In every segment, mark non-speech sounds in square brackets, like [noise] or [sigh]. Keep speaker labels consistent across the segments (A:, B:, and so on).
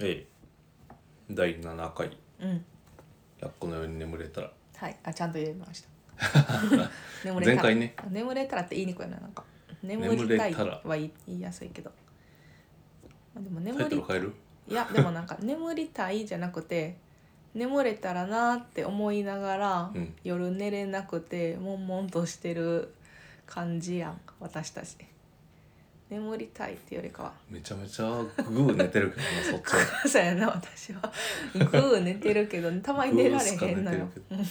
A: ええ第7回
B: うん
A: 「やっこのように眠れたら
B: はいあちゃんと言えました
A: [laughs]
B: 眠れた
A: 前
B: ら
A: 回ね
B: 眠れたらって言いにくいななんか眠
A: 眠
B: り
A: れ
B: た
A: たら
B: いは言い言いやすいけどまあでも
A: タ
B: 眠
A: イトル
B: り
A: 変える
B: いやでもなんか眠りたいじゃなくて眠れたらなーって思いながら、
A: うん
B: 夜寝れなくて悶々としてる感じやん私たち眠りたいっていうよりかは [laughs]
A: めちゃめちゃグー寝てるけどなそっちは
B: そうやな私
A: [laughs]
B: はグー寝てるけどたまに寝られへんのよ
A: グーしか寝てる
B: うん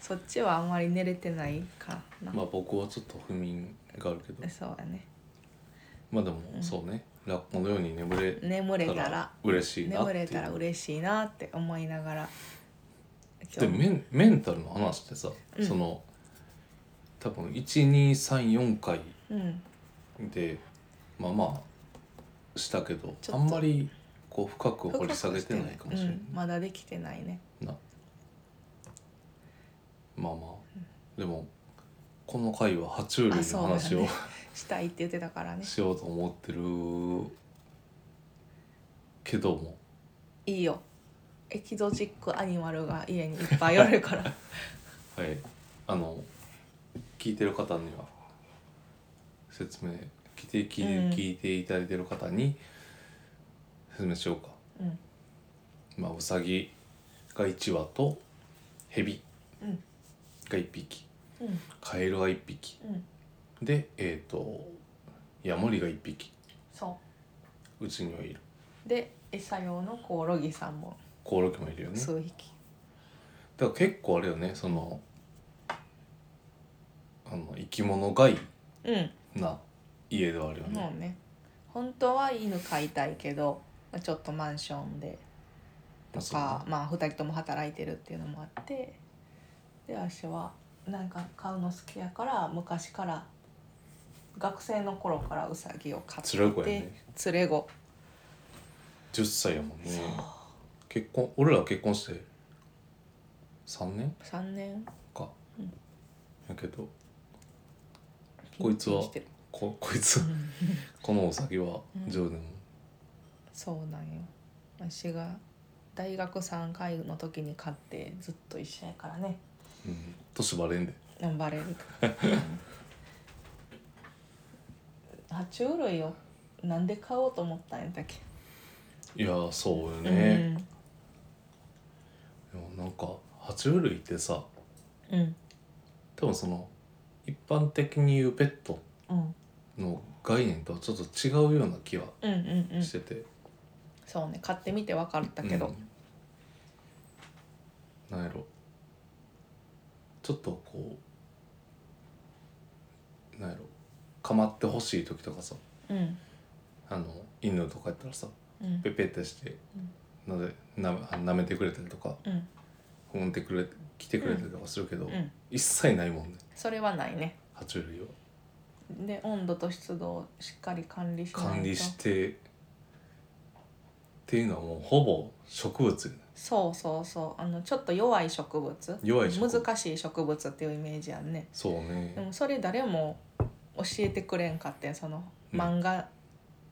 B: そっちはあんまり寝れてないからな、
A: まあ僕はちょっと不眠があるけど
B: そうやね
A: まあでもそうね「ラッコのように眠れ
B: 眠れ
A: た
B: たら
A: ら嬉しいな」っ
B: 眠
A: てい
B: れたら
A: う
B: 嬉しいなって思いながら
A: でメンメンタルの話ってさ
B: うん
A: その多分1234回
B: うん
A: でまあまあしたけど
B: ちょっと
A: あんまりこう深く掘り下げてないかもしれない
B: うん、まだできてないね
A: なまあまあ、でもこの回は爬虫類
B: あ
A: の
B: そうだ
A: 話を、
B: ねしたいって言ってたからね
A: しようと思ってるけども
B: いいよエキゾチックアニマルが家にいっぱいあるから
A: [laughs] はいあの聞いてる方には説明聞いて聞い,、
B: うん
A: 聞いていただいてる方に説明しようか、
B: うん
A: まあウサギが1羽とヘビ
B: うん
A: が1匹
B: うん
A: カエルが1匹
B: うん
A: でえっ、とヤモリが1匹
B: そう
A: ちにはいる
B: うで餌用のコオロギさんも
A: コオロギもいるよねだか
B: 数匹、
A: ら結構あれよねそのあの生き物害
B: うん
A: な家ではあるよ
B: も
A: ね、
B: うね本当は犬飼いたいけどまあちょっとマンションでと
A: そう
B: か、まあ2人とも働いてるっていうのもあってで私はなんか飼うの好きやから昔から学生の頃からウサギを飼って
A: 連れ子やね
B: 連れ子
A: 10歳やもん
B: そ
A: ね
B: う
A: 結婚俺ら結婚して3年
B: 3年
A: か、
B: うん
A: やけどこいつ
B: 緊
A: は
B: 張してる
A: こ [laughs] こいつこのお酒は10年、
B: そうなんよ私が大学3回の時に飼ってずっと一緒やからね
A: うん、年バレんで
B: 頑張れる [laughs] 爬虫類をなんで買おうと思ったんやったっけ、
A: いやーそうよね、でもなんか爬虫類ってさ
B: うんうん
A: 多分その一般的に言うペット
B: うん
A: の概念とはちょっと違うような気は
B: うんうんうん
A: してて、
B: そうね買ってみて分かったけど、
A: うんなんやろちょっとこうなんやろ構ってほしい時とかさ
B: うんうん
A: あの犬とかやったらさ
B: うん
A: ペペってして、なでな舐めてくれたりとか
B: うん
A: 踏んでくれ来てくれたりとかするけど、
B: うん
A: 一切ないもんね
B: それはないね
A: 爬虫類は。
B: で温度と湿度をしっかり管理しないと
A: 管理してっていうのはもうほぼ植物よね
B: そうそうそうあのちょっと弱い植物
A: 弱い植物
B: 難しい植物っていうイメージやんね
A: そう
B: で
A: ね
B: もそれ誰も教えてくれんかってんその
A: うん
B: 漫画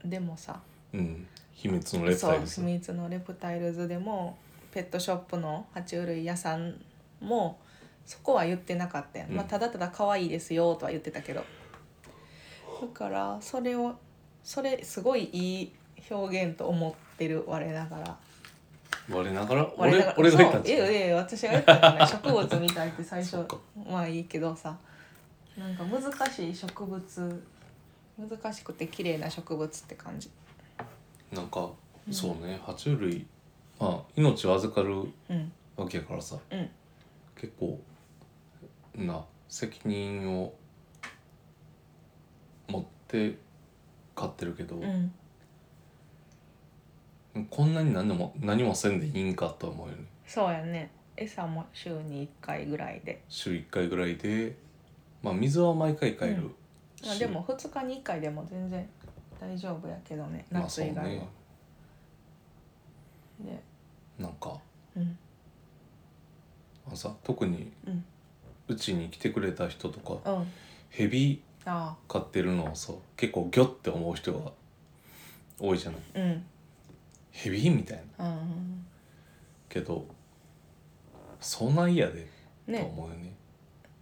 B: でもさ、
A: うん秘密のレプ
B: そ
A: タイ
B: う
A: ルズ
B: 秘密のレプタイルズでもペットショップの爬虫類屋さんもそこは言ってなかったやん、
A: うん
B: まあ、ただただ可愛いですよとは言ってたけどだからそれをそれすごいいい表現と思ってる我ながら
A: 我ながら
B: 我な
A: 俺
B: がら
A: 俺が言ったん
B: そうい
A: じゃ
B: や
A: ないい
B: やいや私が言ったんじゃない植物みたいって最
A: そ
B: 初
A: っか
B: まあいいけどさなんか難しい植物難しくて綺麗な植物って感じ
A: なんか
B: うん
A: そうね爬虫類まあ命を預かる
B: うん
A: わけやからさ
B: うん
A: 結構な責任を持って飼ってるけど、
B: うん
A: こんなに何でも何もせんでいいんかとは思うよね
B: そうやね餌も週に1回ぐらいで、
A: 週1回ぐらいで、まあ、水は毎回変えるし、
B: まあ、でも2日に1回でも全然大丈夫やけどね
A: まあ
B: 夏
A: そう
B: 以外は、
A: ね
B: で
A: なんか
B: うん
A: あのさ特に
B: うん
A: うちに来てくれた人とか
B: うんあ
A: ヘビ
B: あ
A: 飼ってるのをさ結構ギョって思う人が多いじゃない
B: うん
A: ヘビーみたいな
B: うん
A: けどそんなんやで
B: ね
A: と思うよね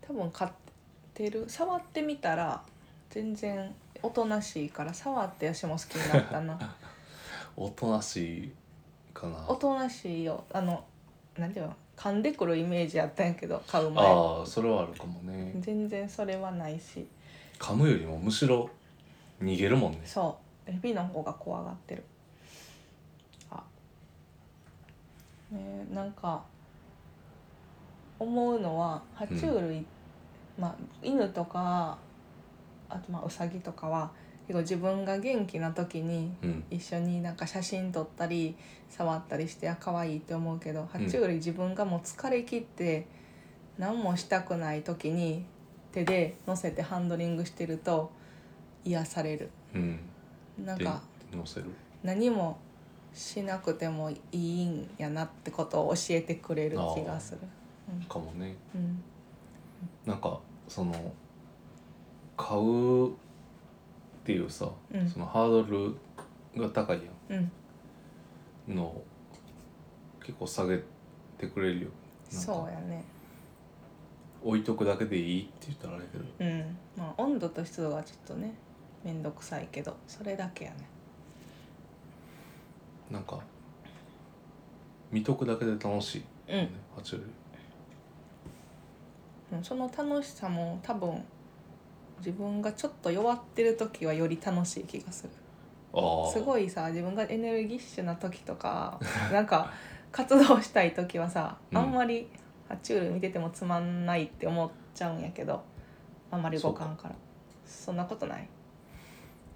B: 多分買ってる触ってみたら全然おとなしいから触って私も好きになった
A: [laughs]
B: な
A: おとなしいかな
B: おとなしいよあの何ていうの噛んでくるイメージやったんやけど買う前
A: ああそれはあるかもね
B: 全然それはないし
A: 噛むよりもむしろ逃げるもんね
B: そうエビの方が怖がってるあねえなんか思うのは爬虫類、まあ犬とかあとまあウサギとかは結構自分が元気な時に
A: うん
B: 一緒になんか写真撮ったり触ったりしてあ可愛いって思うけど爬虫類自分がもう疲れ切って何もしたくない時に手で乗せてハンドリングしてると癒される
A: うん
B: なん
A: で
B: か
A: 乗せる
B: 何もしなくてもいいんやなってことを教えてくれる気がする。
A: かもね
B: うん、
A: なんかその買うっていうさ、
B: うん
A: そのハードルが高いや
B: うん、
A: んのを結構下げてくれるよなんか
B: そうやね。
A: 置いとくだけでいいって言ったらあれやけど
B: うん、まあ温度と湿度がちょっとね、めんどくさいけど、それだけやね。
A: なんか見とくだけで楽しい、
B: うん
A: ね、爬虫類
B: うん、その楽しさも多分自分がちょっと弱ってる時はより楽しい気がする
A: ああ
B: すごいさ自分がエネルギッシュな時と
A: [laughs]
B: かなんか活動したい時はさ
A: うん
B: あんまり爬虫類見ててもつまんないって思っちゃうんやけどあんまり動かんからそんなことない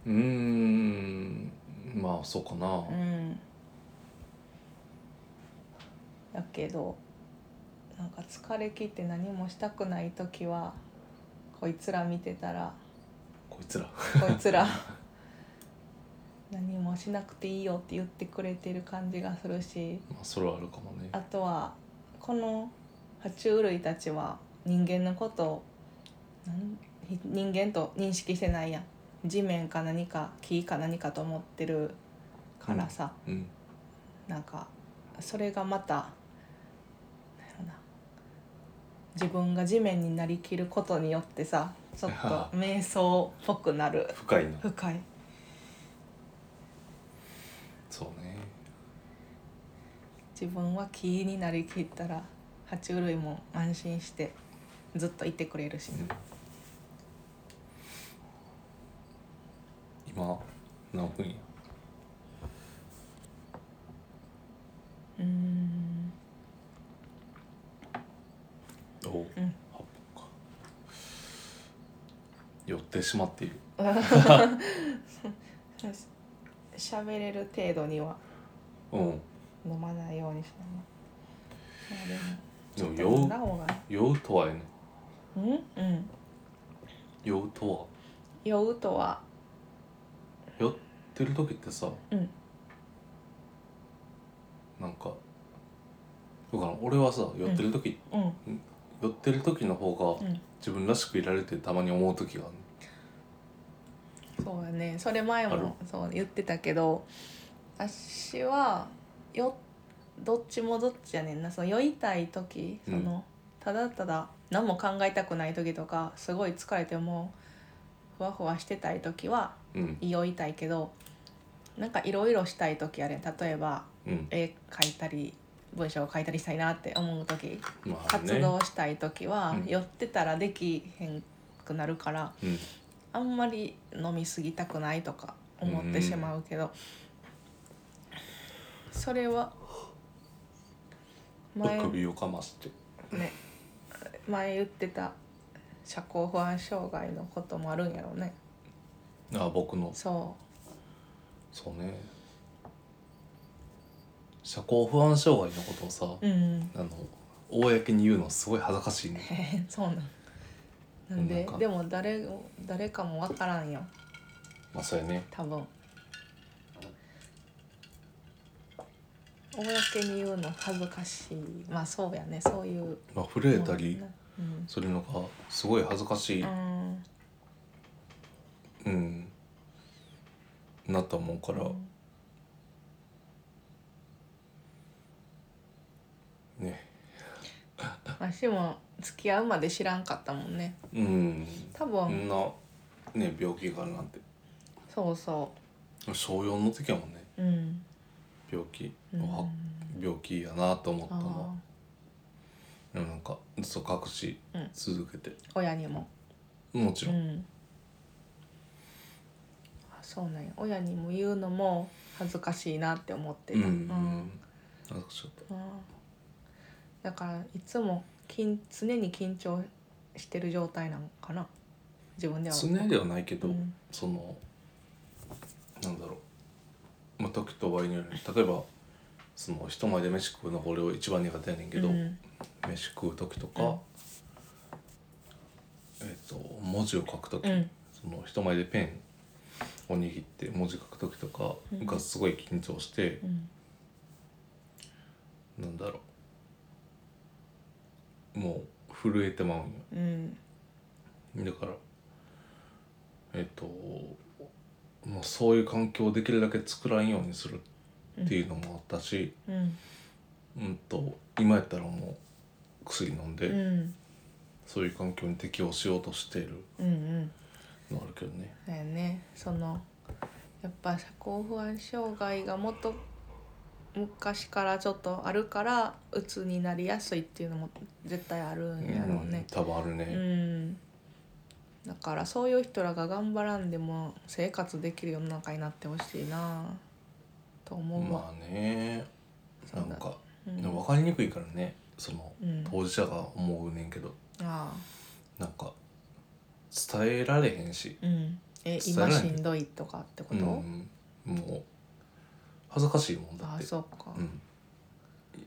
B: う
A: ーんまあそうかな、
B: うんやけどなんか疲れ切って何もしたくない時はこいつら見て
A: [laughs]
B: たら
A: こいつら
B: こいつら何もしなくていいよって言ってくれてる感じがするし
A: まあそれはあるかもね
B: あとはこの爬虫類たちは人間のことをなんひ人間と認識してないやん地面か何か木か何かと思ってるからさ、
A: うん
B: なんかそれがまたなんやろな自分が地面になりきることによってさちょっと瞑想っぽくなる
A: 深いな
B: 深い。
A: そうね
B: 自分は木になりきったら爬虫類も安心してずっといてくれるし、
A: うん今何分や
B: うーん
A: おお、
B: うん
A: 八分か寄ってしまっている
B: 喋れる程度には
A: うん
B: 飲まないようにしながら
A: でも酔
B: まあでもちょっと飲ん
A: う
B: だ方が
A: 酔うとはやね
B: うんうん
A: 酔うとは
B: 酔うとは
A: 酔ってる時ってさ
B: うん
A: なんかだからん俺はさ酔ってる時、
B: うん
A: 酔ってる時の方
B: う
A: が
B: ん
A: 自分らしくいられてたまに思う時がある
B: そうやねそれ前
A: ある
B: もそう言ってたけど私はよどっちもどっちやねんなその酔いたい時その、
A: うん
B: ただただ何も考えたくない時とかすごい疲れてもうふわふわしてたい時は
A: うん
B: 酔いたいけどなんかいろいろしたい時やねん例えば
A: うん
B: 絵描いたり文章を書いたりしたいなって思う時
A: まあね
B: 活動したい時は、
A: うん
B: 酔ってたらできへんくなるから。
A: うん
B: あんまり飲みすぎたくないとか思ってしまうけど、それは前,、
A: 首をかまして
B: ね、前言ってた社交不安障害のこともあるんやろうね
A: あ僕の
B: そ
A: そうね社交不安障害のことをさ、
B: ううん [laughs]
A: あの公に言うのすごい恥ずかしいね
B: へへそうなんなん
A: な
B: で
A: んか
B: でも誰も誰かもわからんよ
A: まあそうやね
B: 多分公に言うの恥ずかしいまあそうやねそういう
A: まあ震えたり
B: うん
A: するのがすごい恥ずかしい
B: うん
A: うんなと思うから、
B: うん足も付き合うまで知らんかったもんね
A: うん
B: 多
A: こ
B: 分
A: んなね病気があるなんて
B: そうそ
A: 小4の時やもんね
B: ううん、
A: 病気、
B: うん、
A: あ病気やなと思った
B: あ
A: のでもなんかずっと隠し
B: うん
A: 続けて、
B: ー親にも
A: もちろん、
B: うん、あそうなんや親にも言うのも恥ずかしいなって思って
A: うん
B: た、
A: う
B: うん
A: ん恥ずかしかっ
B: うんだからいつも緊常に緊張してる状態なのかな自分で
A: た
B: は
A: 常ではないけど、
B: うん
A: そのなんだろう、まあ、時と場合による例えばその人前で飯食うのが俺は一番苦手やねんけど、
B: うん
A: 飯食う時とか、
B: う
A: えっと文字を書く時、
B: うん
A: その人前でペンを握って文字書く時とか
B: うん
A: がすごい緊張して
B: う、ん
A: なんだろうもう震えてまうんよ。
B: うん
A: だからえっともうそういう環境をできるだけ作らんようにするっていうのもあったし、
B: うん
A: うん、と今やったらもう薬飲んで、
B: うん
A: そういう環境に適応しようとしている
B: うんうん
A: のあるけどね。
B: だよねそのやっぱ社交不安障害がもっと昔からちょっとあるから鬱になりやすいっていうのも絶対あるんやろうね、
A: うん、多分ある
B: う
A: ね。
B: ん、だからそういう人らが頑張らんでも生活できる世の中になってほしいなと思うわ、
A: まあね
B: そ
A: な
B: うだ
A: んか、
B: うん、
A: でも分かりにくいからねその
B: うん
A: 当事者が思うねんけど
B: ああ
A: なんか伝えられへんし、
B: うんえ
A: 伝えら
B: 今
A: れない
B: しんどいとかってこ
A: う
B: と、
A: ん、もう恥ずかしいもんだ
B: あ
A: っ
B: あ
A: て。
B: そうか
A: うん、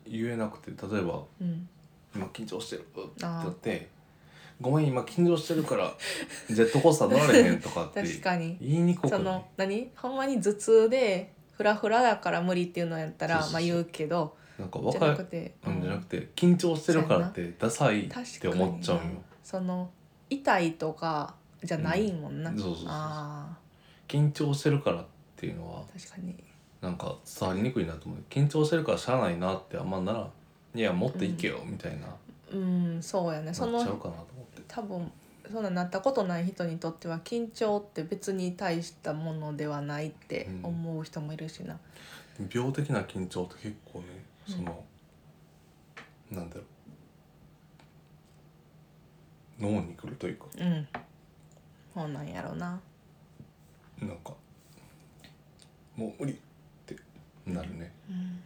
A: 言えなくて例えば
B: うん
A: 「今緊張してる」って
B: あー
A: なって「ごめん今緊張してるから [laughs] ジェットコースター乗られへん」とかって
B: 確かに
A: 言いにくく
B: そ
A: ない
B: の何ほんまに頭痛でフラフラだから無理っていうのやったら
A: そうそうそう
B: まあ言うけど
A: なんか
B: じゃな
A: 若
B: く
A: い
B: て、
A: うんじゃなくて緊張してるからってダサいっ
B: 確
A: て
B: かに
A: 思っちゃうよ
B: なその痛いとかじゃないもんな、
A: うんそうそうそうそう
B: あ
A: 緊張してるからっていうのは
B: あ確かに
A: なんか伝わりにくいなと思う緊張してるからしゃあないなってあんまなら「いや持っていけよ」みたいな、
B: うんそうやねそ
A: なっちゃ
B: の
A: うかなと思って
B: 多分そんななったことない人にとっては緊張って別に大したものではないって思う人もいるしな。
A: 病的な緊張って結構ねその、なんだろう脳にくるというか
B: うん、そうなんやろな。
A: なんかもう無理ってなるね
B: うん、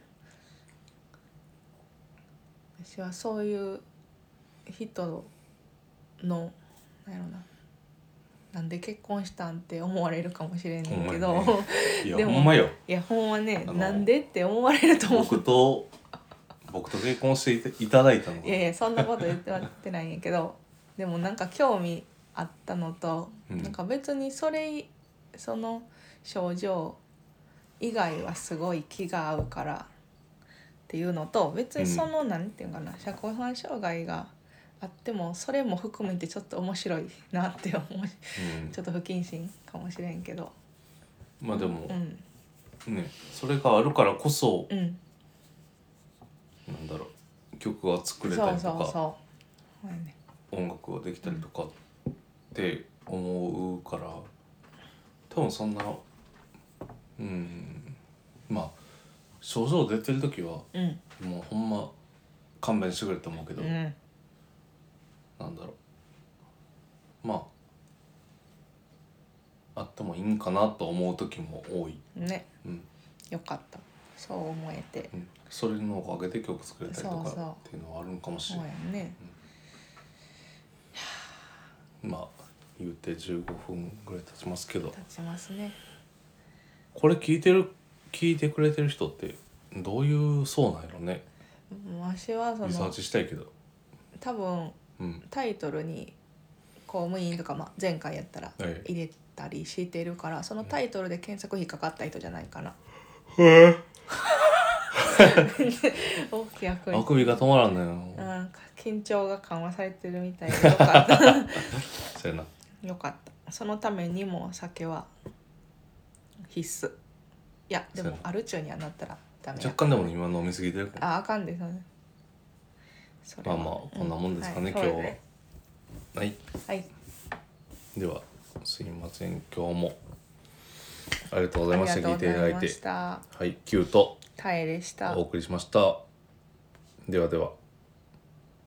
B: 私はそういう人のなんやろな。なんで結婚したんって思われるかもしれんねんけど、
A: ほんまやいや
B: で
A: ほ
B: も
A: んまよ
B: いやほんまね
A: あの
B: なんでって思われると思う
A: 僕と僕と結婚していたいただいたのが
B: いやいやそんなこと言ってはってないんやけどでもなんか興味あったのと、
A: うん
B: なんか別にそれその症状以外はすごい気が合うからっていうのと別にその、なんていうかな社交不安障害があってもそれも含めてちょっと面白いなって思うし
A: うん
B: ちょっと不謹慎かもしれんけど
A: まあでも
B: う、ん
A: ねそれがあるからこそ、
B: うん
A: なんだろう曲が作
B: そう
A: れた
B: そ
A: りと
B: う
A: か
B: そう、そうやね、
A: 音楽ができたりとかって思うから多分そんなうんまあ症状出てる時は
B: うん
A: もうほんま勘弁してくれと思うけど、
B: うん
A: なんだろうまああってもいいんかなと思う時も多い、
B: ね
A: うん
B: よかったそう思えて
A: うん、それのおかげで曲作れたりと
B: そうそう
A: かっていうのはあるんかもし
B: そ
A: れ
B: う
A: ない
B: やね、
A: まあ言うて15分ぐらい経ちますけど
B: 立ちますね
A: これ聞いてる聞いてくれてる人ってどういう層なんやろね
B: わしはそ
A: リサー
B: の
A: チしたいけど
B: 多分
A: うん
B: タイトルに公務員とか、まあ、前回やったら
A: ええ
B: 入れたりしてるからそのタイトルで検索引っかかった人じゃないかな。大きい役に
A: あくびが止まらんのよ
B: なんか緊張が緩和されてるみた
A: [laughs]
B: いでよかった
A: そうやな
B: よかったそのためにもお酒は必須いやで
A: そ
B: も
A: うや
B: アル中にはなったらダメや
A: 若干でも今飲みすぎてるから
B: ああかんですよねそれ
A: まあ
B: は
A: まあこんなもんですかね、
B: う
A: 今日
B: はいそう
A: は
B: で
A: はい
B: すねはい
A: ではすいません今日もありがとうございました聞いていただい
B: ありがとうござま
A: て
B: した
A: はいキュート
B: タエでした
A: お送りしましたではでは